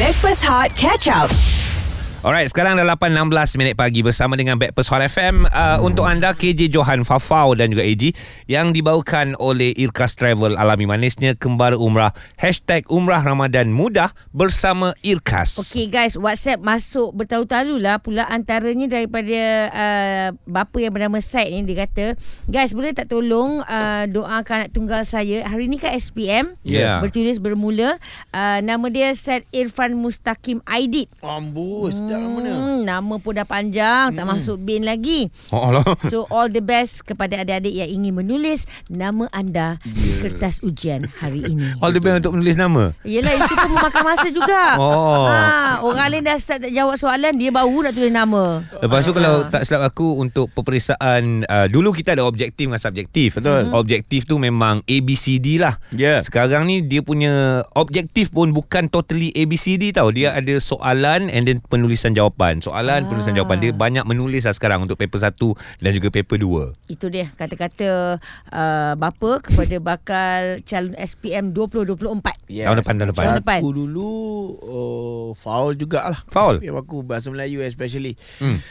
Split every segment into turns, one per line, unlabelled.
Backpass Hot Catch Up.
Alright, sekarang dah 8.16 minit pagi bersama dengan Backpast Hot FM uh, Untuk anda KJ Johan Fafau dan juga AG Yang dibawakan oleh Irkas Travel Alami manisnya Kembali Umrah Hashtag Umrah Ramadan Mudah bersama Irkas
Okay guys, WhatsApp masuk bertalu-talu lah pula antaranya daripada uh, bapa yang bernama Said ni dia kata, guys boleh tak tolong uh, doakan anak tunggal saya. Hari ni kan SPM.
Ya.
Bertulis bermula uh, nama dia Said Irfan Mustaqim Aidit.
Ambus hmm. dalam mana?
Hmm, nama pun dah panjang, tak masuk bin lagi.
Oh Allah
So all the best kepada adik-adik yang ingin menulis nama anda di kertas ujian hari ini.
Ya. All the best untuk menulis nama
Yelah itu pun memakan masa juga
Oh.
ha, Orang lain dah start tak jawab soalan Dia baru nak tulis nama
Lepas tu kalau tak silap aku Untuk peperiksaan uh, Dulu kita ada objektif dengan subjektif
Betul.
Objektif tu memang ABCD lah
Ya.
Sekarang ni dia punya Objektif pun bukan totally ABCD tau Dia ada soalan And then penulisan jawapan Soalan, penulisan jawapan Dia banyak menulis lah sekarang Untuk paper 1 dan juga paper 2
Itu dia kata-kata uh, Bapa kepada bakal calon SPM 2024
Yes.
Tahun depan, tahun depan.
Tahun depan.
Aku dulu oh, Foul jugalah
Foul?
Yang aku bahasa Melayu especially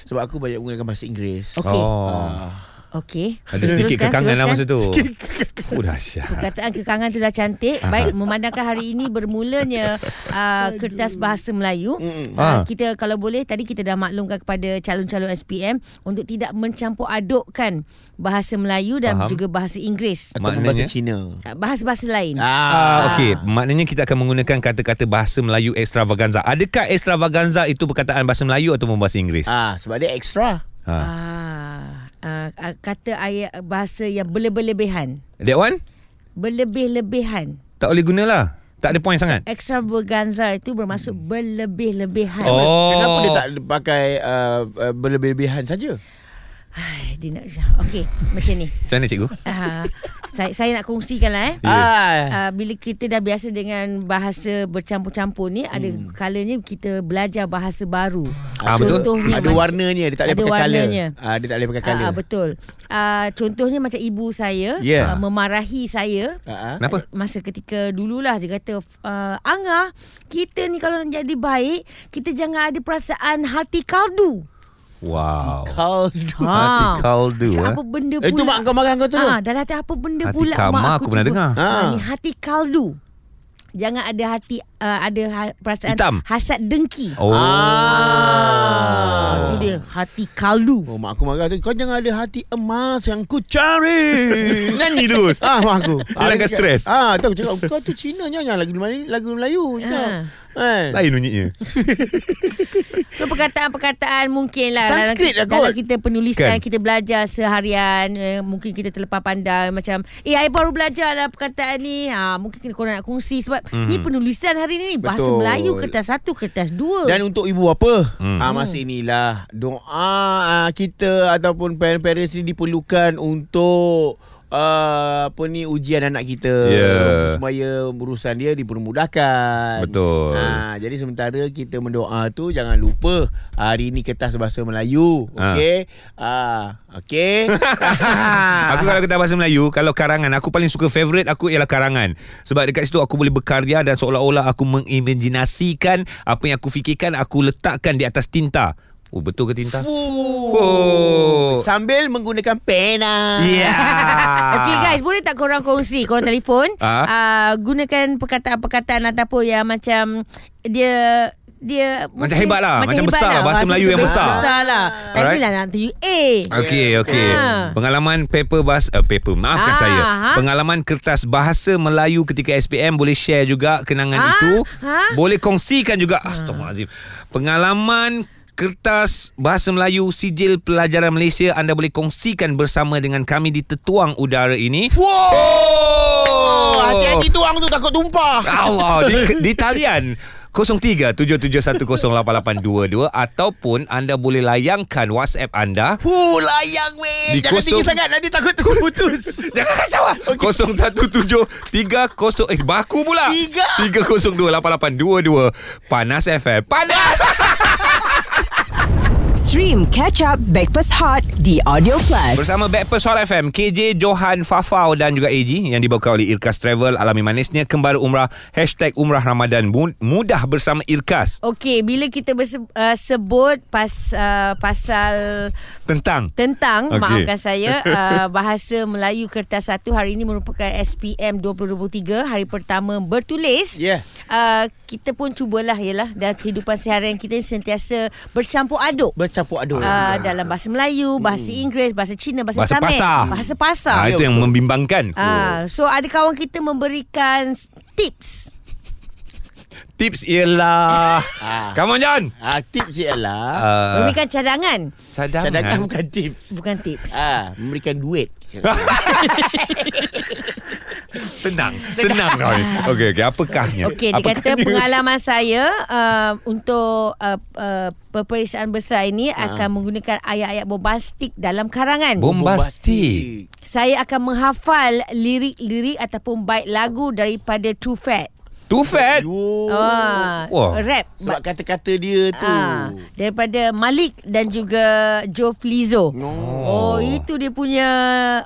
Sebab aku banyak menggunakan bahasa Inggeris
Okey.
Hmm. oh.
Ah,
Okey
Ada sedikit
Teruskan,
kekangan lah
teruskan.
masa tu Oh dahsyat
Perkataan kekangan tu dah cantik Baik memandangkan hari ini bermulanya uh, Kertas Bahasa Melayu
Ah.
uh, Kita kalau boleh tadi kita dah maklumkan kepada calon-calon SPM Untuk tidak mencampur adukkan Bahasa Melayu dan
Faham.
juga bahasa Inggeris
Atau
Maknanya?
bahasa Cina
Uh, Bahasa-bahasa lain
Ah, okey. Maknanya kita akan menggunakan kata-kata bahasa Melayu extravaganza. Adakah extravaganza itu perkataan bahasa Melayu atau bahasa Inggeris?
ah, Sebab dia extra
Ha.
Ah, ah, ah, kata ayat bahasa yang berlebih-lebihan.
That one
Berlebih-lebihan.
tak boleh gunalah. Tak ada point sangat.
Extravaganza itu bermaksud berlebih-lebihan.
Hmm. Oh.
Kenapa dia tak pakai uh, uh, Berlebih-lebihan saja
Hai, dia nak Okey, macam ni.
Macam mana cikgu?
Ah, saya, saya nak kongsikan lah eh.
Ya.
ah.
Uh, bila kita dah biasa dengan bahasa bercampur-campur ni ada kalanya kita belajar bahasa baru.
Hmm. Ah, betul.
Contohnya
Ada
macam-
warnanya Dia tak boleh
Ada
pakai colour
warnanya.
ah, Dia tak boleh pakai colour
Ah, ah, betul. Ah, contohnya macam ibu saya
Yeah.
ah, memarahi saya
Ah, ah.
Kenapa?
masa ketika dululah dia kata uh, Angah kita ni kalau nak jadi baik kita jangan ada perasaan hati kaldu.
Wow.
Kaldu
Hati kaldu, eh?
Cakap Apa benda
Eh,
pula?
tu mak kau marah kau tu tu.
Ah, dalam hati apa benda
Hati
pula
kamar
mak
aku pernah
cuba-
dengar.
Ah,
Ah.
ni hati kaldu. Jangan ada hati uh, ada ha- perasaan
Hitam.
hasad dengki.
Oh.
Ah, tu dia hati kaldu.
Oh mak aku marah tu Kau jangan ada hati emas yang ku cari
Nyanyi terus.
Ah mak aku
Hilangkan
cakap-
stres.
Ah tu aku cakap Kau tu Cina nyanyi lagu Melayu Lagu Melayu
Ah.
ha. kan?
Lain bunyinya.
So perkataan-perkataan mungkin lah
Sanskrit lah
dalam,
kot.
dalam kita penulisan
Kan?
kan? kita belajar seharian eh, mungkin kita terlepas pandang macam eh I baru belajar lah perkataan ni ha, mungkin kena korang nak kongsi sebab
Mhm.
mm-hmm. ni penulisan hari ni bahasa
Betul.
Melayu kertas satu kertas dua
Dan untuk ibu apa hmm. ah, Masa inilah Doa ah, kita Ataupun parents-parents ni Diperlukan untuk Uh, apa ni ujian anak kita
Ya.
supaya urusan dia dipermudahkan
Betul.
ha, jadi sementara kita mendoa tu jangan lupa hari ni kertas bahasa Melayu
Ah.
okey ah okey
Ah.
Aku kalau kata bahasa Melayu Kalau karangan Aku paling suka favorite aku Ialah karangan Sebab dekat situ Aku boleh berkarya Dan seolah-olah Aku mengimajinasikan Apa yang aku fikirkan Aku letakkan di atas tinta Oh betul ke tinta? Oh.
Sambil menggunakan pena.
Yeah.
Okay Ah. guys Boleh tak korang kongsi Korang telefon
Ah.
uh, Gunakan perkataan-perkataan Ataupun yang macam Dia dia
Macam hebat lah. Macam besar lah. Bahasa Melayu yang besar.
Besar lah Tapi
Alright.
lah nak tunjuk A
Okey okey.
Ha.
Pengalaman paper bahasa uh, paper maafkan
Ah,
saya.
ha.
Pengalaman kertas bahasa Melayu ketika SPM boleh share juga kenangan
Ah,
itu.
ha.
Boleh kongsikan juga. Astagfirullahalazim. Pengalaman kertas bahasa Melayu sijil pelajaran Malaysia anda boleh kongsikan bersama dengan kami di tetuang udara ini.
Oh,
Wow!
hati-hati tuang tu takut tumpah.
Allah di, di talian 0377108822 ataupun anda boleh layangkan WhatsApp anda
Huh, layang
Di
weh. Jangan
kosong-
tinggi sangat nanti takut terputus.
Jangan kacau lah okay. 017 30 Eh baku pula
Tiga.
302 8822 Panas FM Panas
Stream Catch Up Backpass Hot di Audio Plus.
Bersama Backpers Hot FM KJ Johan Fafau dan juga AG Yang dibawa oleh Irkas Travel Alami manisnya Kembali Umrah Hashtag Umrah Ramadan Mu- Mudah bersama Irkas
Okey, bila kita berse- uh, sebut pas, uh, pasal
Tentang
Tentang,
Okey.
okay. maafkan saya, uh, bahasa Melayu Kertas 1 hari ini merupakan SPM 2023, hari pertama bertulis.
Yeah.
Uh, kita pun cubalah ialah dalam kehidupan seharian kita sentiasa bercampur aduk.
Bercampur aduk.
Uh, dalam bahasa Melayu, bahasa Inggeris, bahasa Cina, bahasa,
Bahasa
Tamil,
pasar
bahasa pasar.
ah, Itu yang membimbangkan
Ah, so ada kawan kita memberikan s- tips.
Tips ialah
Ah.
Come on John
Ah, tips ialah
uh,
Memberikan cadangan.
Cadangan,
cadangan bukan tips.
Bukan tips.
Ah, memberikan duit.
Senang Senang kau ni Okey okey apakahnya
Okey, dia kata
Apakahnya?
pengalaman saya uh, untuk uh, uh, peperiksaan besar ini
Ha.
akan menggunakan ayat-ayat bombastik dalam karangan.
Bombastik
saya akan menghafal lirik-lirik ataupun bait lagu daripada Too Fat.
Too fat
Yo.
Eh. Ah,
Oh. Wah.
rap.
Sebab kata-kata dia tu.
Ah, daripada Malik dan juga Joe Flizzo. Oh, itu dia punya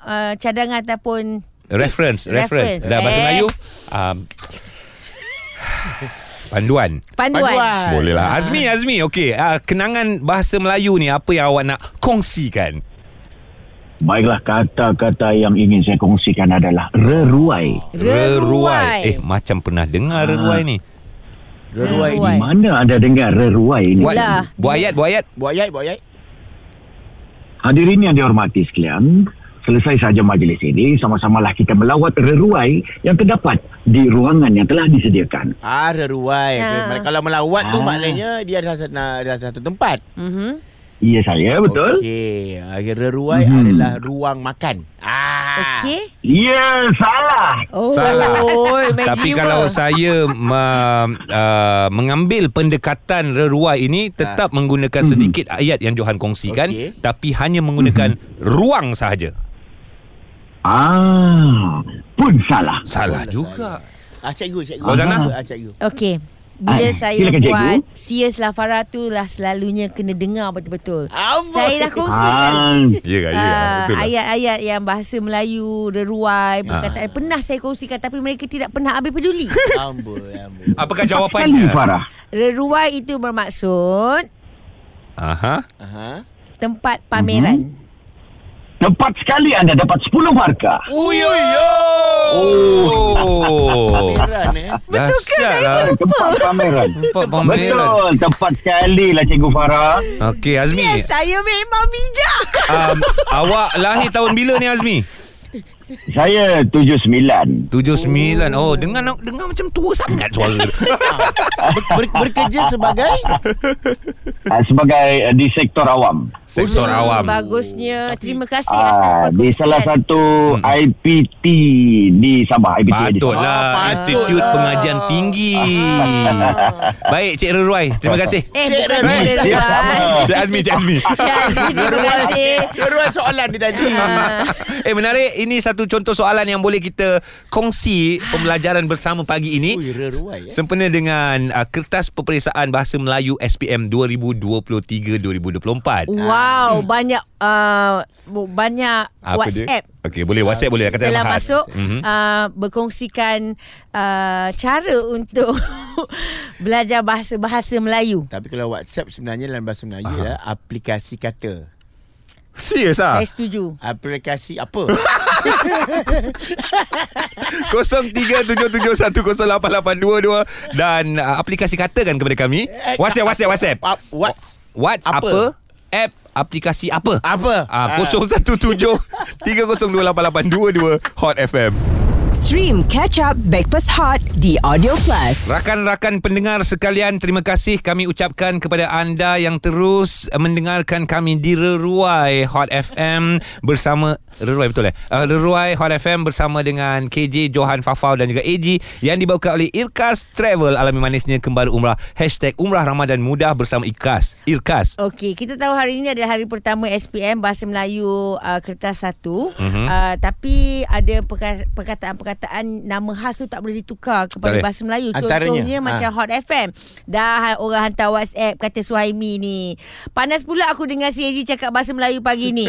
uh, cadangan ataupun
Reference,
Tips,
reference.
reference.
Dah bahasa
Eh.
Melayu. Um, panduan.
panduan.
Panduan.
Boleh lah. Azmi, Azmi. Okey, uh, kenangan bahasa Melayu ni apa yang awak nak kongsikan?
Baiklah kata-kata yang ingin saya kongsikan adalah reruai.
Eh, macam pernah dengar reruai ni.
Reruai ni.
Reruai.
Di mana anda dengar reruai ini?
Buat,
Itulah.
buat ayat, buat ayat.
Buat ayat, buat ayat.
Hadirin yang dihormati sekalian, selesai saja majlis ini, sama-samalah kita melawat reruai yang terdapat di ruangan yang telah disediakan.
Ah, reruai.
Ah.
Kalau melawat tu
Ah.
maknanya dia ada satu, ada satu tempat.
Mhm.
Iya Ya, saya, betul?
Okey. Ah, Reruai
Mhm.
adalah ruang makan. Ah.
Okey.
Ya, salah.
Oh,
Salah.
Mac
Tapi
Jiwa.
kalau saya uh, uh, mengambil pendekatan reruai ini tetap menggunakan sedikit ayat yang Johan kongsikan
Okey.
tapi hanya menggunakan ruang sahaja.
Ah, pun salah.
Salah juga.
Ah, cikgu, cikgu.
Ozana?
Ah, cikgu.
Okey. Bila
Ah,
saya
silakan, cikgu.
buat Sia Lafara tu lah selalunya kena dengar betul-betul.
Amboi.
Saya dah kongsikan
Ah,
Ya kan? Ya,
Ah,
betul lah.
ayat-ayat yang bahasa Melayu, deruai, perkataan pernah saya kongsikan tapi mereka tidak pernah habis peduli.
Amboi, amboi.
Apakah
sekali
jawapannya?
Farah.
Reruai itu bermaksud
Aha.
Aha.
tempat pameran.
Tepat sekali anda dapat 10 markah.
Uyo yo. Oh. lah.
Pameran eh.
Betul ke saya
Tempat pameran.
Tempat pameran.
Betul, tepat sekali lah Cikgu Farah.
Okey Azmi.
Ya, saya memang bijak.
Um, awak lahir tahun bila ni Azmi?
Saya 79.
79. Oh, dengar dengar macam tua sangat suara.
Ber, bekerja sebagai
Uh, sebagai uh, di sektor awam.
Sektor
Hmm,
awam.
Bagusnya. Terima kasih atas
Ah, di
perkongsian.
salah satu
Hmm.
IPT di Sabah IPT di
Ah,
Sabah.
Patutlah Institut
patutlah.
Pengajian Tinggi. Baik Cik Ruai, terima kasih.
Eh,
Cik
bukan
Reruai.
Cik
Ya.
Reruai.
Cik Azmi, Cik Azmi.
Ya, terima kasih.
Ruang soalan dia tadi.
eh menarik ini satu contoh soalan yang boleh kita kongsi pembelajaran bersama pagi ini.
Ui, reruai.
Ya.
Eh.
Sempena dengan uh, Kertas Peperiksaan Bahasa Melayu SPM 2023-2024.
Wow, banyak uh, bu- banyak
dia?
WhatsApp.
Okey, boleh WhatsApp boleh kata
Telah
khas.
masuk
Mhm.
mm-hmm. uh, berkongsikan uh, cara untuk belajar bahasa-bahasa Melayu.
Tapi kalau WhatsApp sebenarnya dalam bahasa Melayu adalah aplikasi kata.
Serius ah.
Saya setuju.
Aplikasi apa?
0377108822 dan uh, aplikasi katakan kepada kami.
Eh,
WhatsApp WhatsApp WhatsApp.
Ap, what's
What apa?
Apa?
app aplikasi apa?
apa?
Ah 017 30288822 Hot FM.
Stream Catch Up Backpass Hot di Audio Plus.
Rakan-rakan pendengar sekalian, terima kasih kami ucapkan kepada anda yang terus mendengarkan kami di Reruai Hot FM bersama Reruai betul eh? Uh, Reruai Hot FM bersama dengan KJ Johan Fafau dan juga AG yang dibawakan oleh Irkas Travel alami manisnya kembali umrah hashtag umrah Ramadan mudah bersama Irkas. Irkas.
Okey, kita tahu hari ini adalah hari pertama
Mhm.
SPM Bahasa Melayu uh, Kertas 1. Mm-hmm. Uh, tapi ada perka- perkataan-perkataan perkataan nama khas tu tak boleh ditukar
Tak
kepada
boleh.
bahasa Melayu.
Antaranya,
Contohnya
ha.
macam Hot FM. Dah ha- orang hantar WhatsApp kata Suhaimi ni. Panas pula aku dengar si Eji cakap bahasa Melayu pagi ni.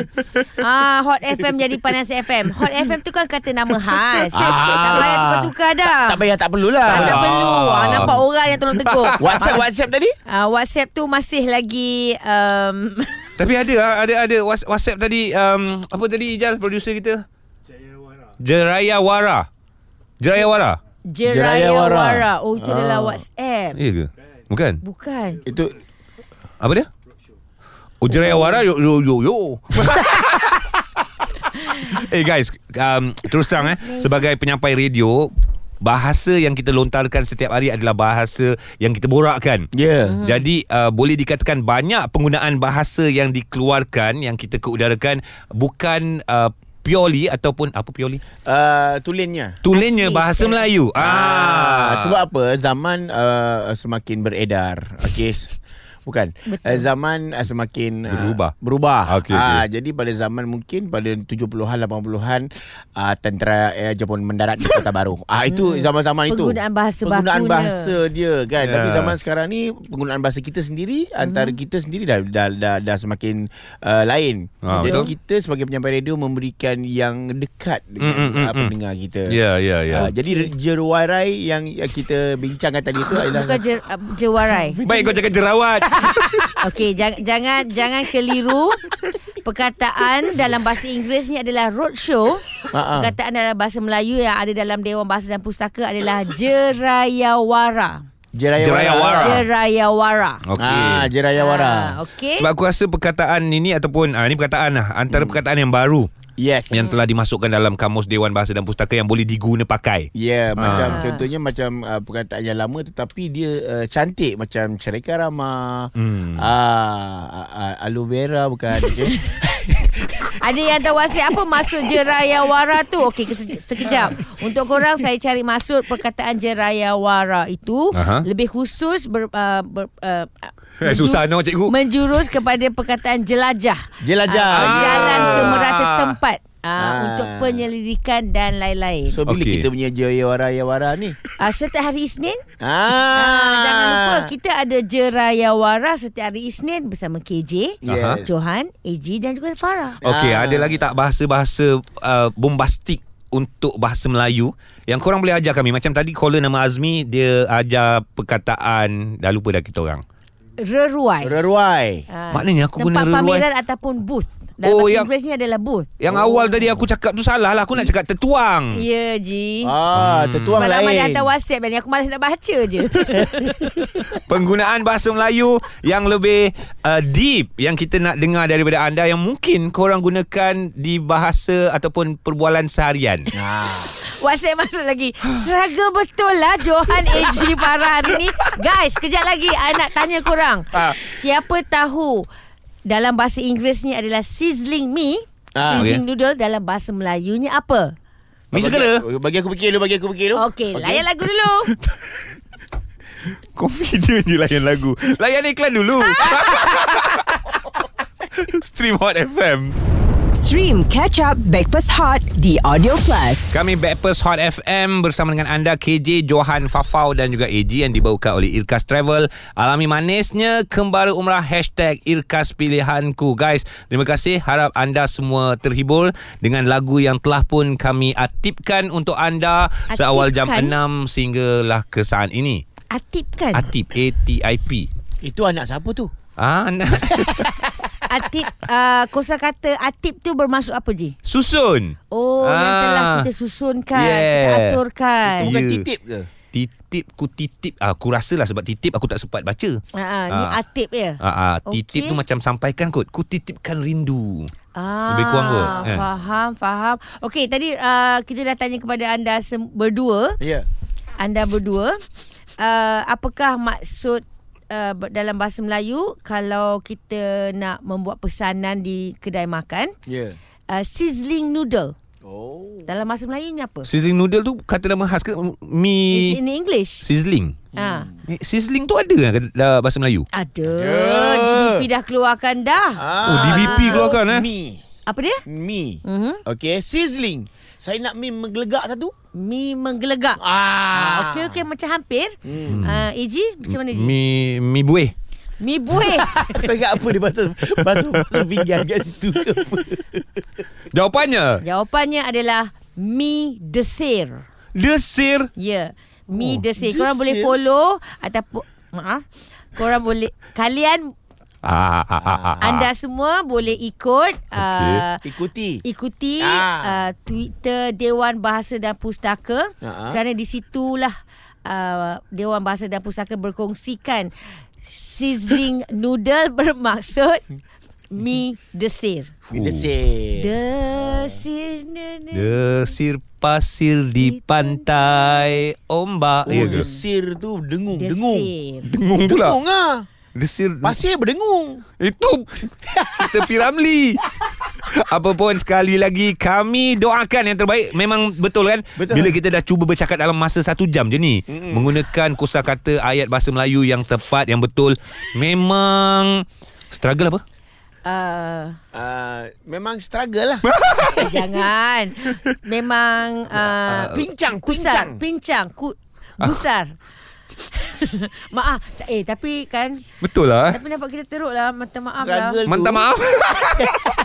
ah Hot FM jadi panas FM. Hot FM tu kan kata nama khas. tak payah tukar-tukar dah.
Tak payah tak perlulah.
Ah, tak
Ah.
perlu. Ah, nampak orang yang tolong tegur.
WhatsApp WhatsApp tadi?
Ah, WhatsApp tu masih lagi um,
Tapi ada ada ada Whats- WhatsApp tadi um, apa tadi Ijal producer kita? Jeraya Wara. Jeraya Wara.
Jeraya
Wara.
Wara. Oh itu adalah
Ah.
WhatsApp.
Iya ke? Bukan.
Bukan.
Itu
Apa dia? Oh Jeraya Wara yo yo yo yo. eh guys, um, terus terang eh sebagai penyampai radio Bahasa yang kita lontarkan setiap hari adalah bahasa yang kita borakkan.
Ya.
Hmm. Jadi uh, boleh dikatakan banyak penggunaan bahasa yang dikeluarkan yang kita keudarakan bukan uh, purely ataupun apa purely?
uh, tulennya.
Tulennya
Asli
bahasa
sekali.
Melayu.
Ah,
Ah.
sebab apa? Zaman uh, semakin beredar. Okey. s- Bukan. Uh, zaman uh, semakin uh,
Berubah.
Berubah.
Okey,
Ah, jadi pada zaman mungkin pada 70-an 80-an uh, tentera uh, Jepun mendarat di Kota Baru. Ah itu zaman-zaman itu.
Hmm. Penggunaan bahasa
Penggunaan
bakunya.
bahasa dia kan.
Ya.
Yeah. Tapi zaman sekarang ni penggunaan bahasa kita sendiri antara
Hmm.
kita sendiri dah dah dah, dah semakin uh, lain.
Ah,
Jadi
betul.
kita sebagai penyampai radio memberikan yang dekat
Mm,
dengan
mm, mm,
uh,
mm.
pendengar kita.
Ya ya ya.
Ah, jadi jeruarai yang yang kita bincangkan tadi itu adalah
Bukan jer, uh, jewarai.
Baik kau cakap jerawat.
Okey, jangan jangan jangan keliru. Perkataan dalam bahasa Inggeris ni adalah roadshow.
Ha-ha.
Perkataan dalam bahasa Melayu yang ada dalam Dewan Bahasa dan Pustaka adalah jerayawara.
jeraya
Jerayawara. Ah.
Jerayawara.
Okey.
Ah, jerayawara.
Ah, Okey.
Sebab aku rasa perkataan ini ataupun ah, ini perkataan lah antara perkataan yang baru
Yes.
yang telah dimasukkan dalam kamus Dewan Bahasa dan Pustaka yang boleh diguna pakai.
Ya, yeah,
Ah.
macam contohnya macam uh, perkataan yang lama tetapi dia uh, cantik macam cereka rama, hmm. uh, aloe vera bukan. Okay?
Ada yang tahu WhatsApp apa maksud jerayawara tu? Okey, kese- sekejap. Untuk korang saya cari maksud perkataan jerayawara itu
Aha.
lebih khusus ber, uh, ber, uh,
Eh, susah no cikgu.
menjurus kepada perkataan jelajah.
Jelajah.
Ah,
Ah.
jalan ke merata tempat. Ah,
Ah.
untuk penyelidikan dan lain-lain. So,
so
Okey.
bila okay. kita punya jerayawara ni?
setiap hari Isnin
Ah,
Ah, jangan lupa kita ada Jerayawara setiap hari Isnin bersama KJ,
Yes.
Johan, AJ dan juga Farah.
Okey,
Ah.
ada lagi tak bahasa-bahasa uh, bombastik untuk bahasa Melayu yang korang boleh ajar kami? Macam tadi caller nama Azmi dia ajar perkataan dah lupa dah kita orang.
Reruai.
Reruai.
Ah,
Maknanya aku guna
tempat
reruai.
pameran ataupun booth.
Oh,
Dalam oh, bahasa
yang-
Inggeris ni adalah booth.
Yang oh. awal tadi aku cakap tu salah lah. Aku nak cakap tertuang.
Ya,
Hmm.
Ji.
Ah, tertuang
Sebab lama dia
lain.
hantar WhatsApp dan ni aku malas nak baca je.
Penggunaan bahasa Melayu yang lebih uh, deep yang kita nak dengar daripada anda yang mungkin korang gunakan di bahasa ataupun perbualan seharian.
Ya,
WhatsApp masuk lagi. Struggle betul lah Johan, AJ, Farah hari ni. Guys, kejap lagi I nak tanya korang.
Ah.
Siapa tahu dalam bahasa Inggeris ni adalah sizzling me,
Ah,
okey.
sizzling noodle dalam bahasa Melayunya apa?
Mesti kena.
Bagi, bagi aku fikir dulu, bagi aku fikir dulu.
Okey, layan lagu dulu.
Confident je layan lagu Layan iklan dulu Stream Hot FM
Stream Catch Up Backpass Hot The Audio Plus.
Kami Backpast Hot FM Bersama dengan anda KJ, Johan, Fafau Dan juga AG Yang dibawakan oleh Irkas Travel Alami manisnya Kembara Umrah Hashtag Irkas Pilihanku Guys Terima kasih Harap anda semua terhibur Dengan lagu yang telah pun Kami atipkan untuk anda Seawal jam
Atipkan?
6 Sehinggalah kesaan ini
Atip kan?
Atip A-T-I-P
Itu anak siapa tu?
Ah, nak-
Atip uh, kosa kata atip tu bermaksud apa Ji?
Susun
Oh, ah. yang
Ah.
telah kita susunkan, yeah. kita
Yeah.
aturkan.
Bukan
Ya.
titip ke?
Titip ku titip Ah, Aku rasalah sebab titip Aku tak sempat baca
Ha ah, ni
Ah.
atip ya.
Ah, ah, titip
Okey.
tu macam sampaikan kot. Ku titipkan rindu.
Ah,
Lebih kurang kot, kan?
Faham, faham. Okey, tadi uh, kita dah tanya kepada anda sem- berdua,
Ya.
anda berdua, uh, apakah maksud uh, ber- dalam bahasa Melayu kalau kita nak membuat pesanan di kedai makan,
Ya.
uh, sizzling noodle.
Oh.
Dalam bahasa Melayu ni apa?
Sizzling noodle tu kata nama khas ke?
It's
Mi
in English.
sizzling.
Ah.
Eh, Sizzling tu ada kan dalam bahasa Melayu?
Ada. DBP dah keluarkan dah.
Ah.
Oh, DBP keluarkan eh.
Mi.
Apa dia? Mhm.
Mi. Mm-hmm. Okay, sizzling. Saya nak meme menggelegak satu.
Mi menggelegak.
Ah.
Okey okey macam hampir. Hmm. Uh, Eji macam mana Eji? Mi,
Mi mi buih.
mi buih.
Kau ingat apa dia basuh basuh, basuh pinggan kat situ ke apa?
Jawapannya
Jawapannya adalah mi desir.
desir.
Ya. Mi
Oh,
desir. Korang
desir.
boleh follow ataupun maaf. Korang boleh kalian
Ah, ah, ah, ah, ah.
anda semua boleh ikut uh,
Ikuti.
ikuti uh,
Ah.
Twitter Dewan Bahasa dan Pustaka
Ah.
kerana di situlah uh, Dewan Bahasa dan Pustaka berkongsikan sizzling noodle bermaksud mi desir.
Kita say.
Desir. na- na-
Desir pasir di pantai ombak.
Oh,
Ya ke?
desir tu dengung, dengung.
Desir.
Dengung pula.
Dengung ah.
Desir
Pasir berdengung.
Itu cerita Piramli. Apa pun sekali lagi kami doakan yang terbaik. Memang betul kan?
Betul.
Bila kita dah cuba bercakap dalam masa satu jam je ni. Mm-mm. Menggunakan kosakata ayat bahasa Melayu yang tepat, yang betul. Memang struggle apa?
Uh,
Uh, memang struggle lah.
jangan.
Ah,
Memang uh,
Pincang,
Kusar,
pincang.
pincang, ku, gusar. Maaf. Eh tapi kan
Betul lah. eh?
tapi nampak kita teruk lah. Minta maaf lah.
Struggle
Minta
tu.
maaf.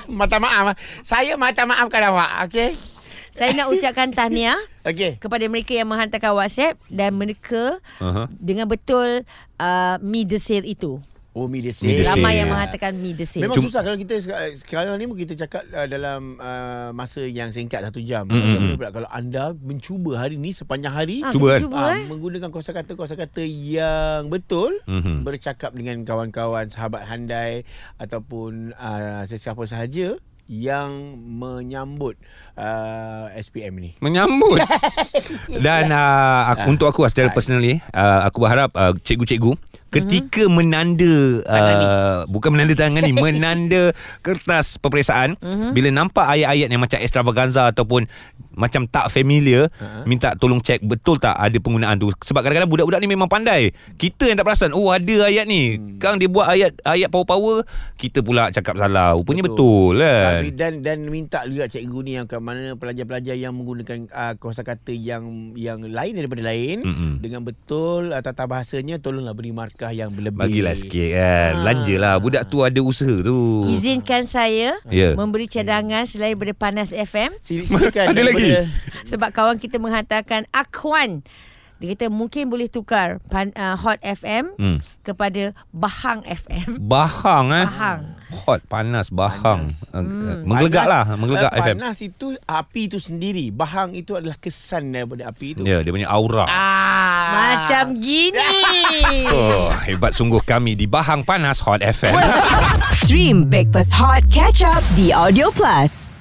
minta maaf. ah. Saya minta maafkan awak, okey?
Saya nak ucapkan tahniah
Okey.
kepada mereka yang menghantarkan WhatsApp dan mereka
Aha.
uh-huh. dengan betul uh, mi desir itu.
Oh, mi
Mi
desir.
desir.
Ramai yang menghantarkan mi desir.
Memang
Cuma-
susah kalau kita seka- eh, sekarang ni kita cakap uh, dalam uh, masa yang singkat satu jam. Mm-hmm. Pula, kalau anda mencuba hari ni sepanjang hari
Ah,
Cuba kan?
kita cuba
ah,
eh.
menggunakan kosakata kata yang betul,
Mhm.
mm-hmm. bercakap dengan kawan-kawan, sahabat handai ataupun uh, sesiapa sahaja yang menyambut uh, SPM ni.
Menyambut Dan uh, aku, untuk aku secara personally uh, Aku berharap uh, cikgu-cikgu Ketika menanda uh, Bukan menanda tangan ni Menanda kertas peperiksaan Bila nampak ayat-ayat yang macam extravaganza Ataupun macam tak familiar Minta tolong cek betul tak ada penggunaan tu Sebab kadang-kadang budak-budak ni memang pandai Kita yang tak perasan Oh ada ayat ni Kang dia buat ayat ayat power-power Kita pula cakap salah Rupanya betul, betul kan
Kami dan dan minta juga cikgu ni yang kat mana pelajar-pelajar yang menggunakan uh, kosakata yang yang lain daripada lain
Mm-mm.
dengan betul uh, tata bahasanya tolonglah beri markah yang berlebih.
Bagilah sikit kan Lanjalah Budak tu ada usaha tu
Izinkan saya
Ya.
memberi cadangan selain daripada Panas FM
Sila- Silakan
Ada lagi?
sebab kawan kita menghantarkan Akwan. Dia kata mungkin boleh tukar pan, uh, Hot FM
Hmm.
kepada Bahang FM.
Bahang eh.
Bahang.
Hot panas bahang. Hmm. Menggelegak lah, menggelegak
panas
FM.
Panas itu api itu sendiri. Bahang itu adalah kesan daripada api itu.
Ya, dia punya aura.
Ah.
Macam gini.
Oh, hebat sungguh kami di Bahang Panas Hot FM.
Stream Breakfast Hot Catch Up The Audio Plus.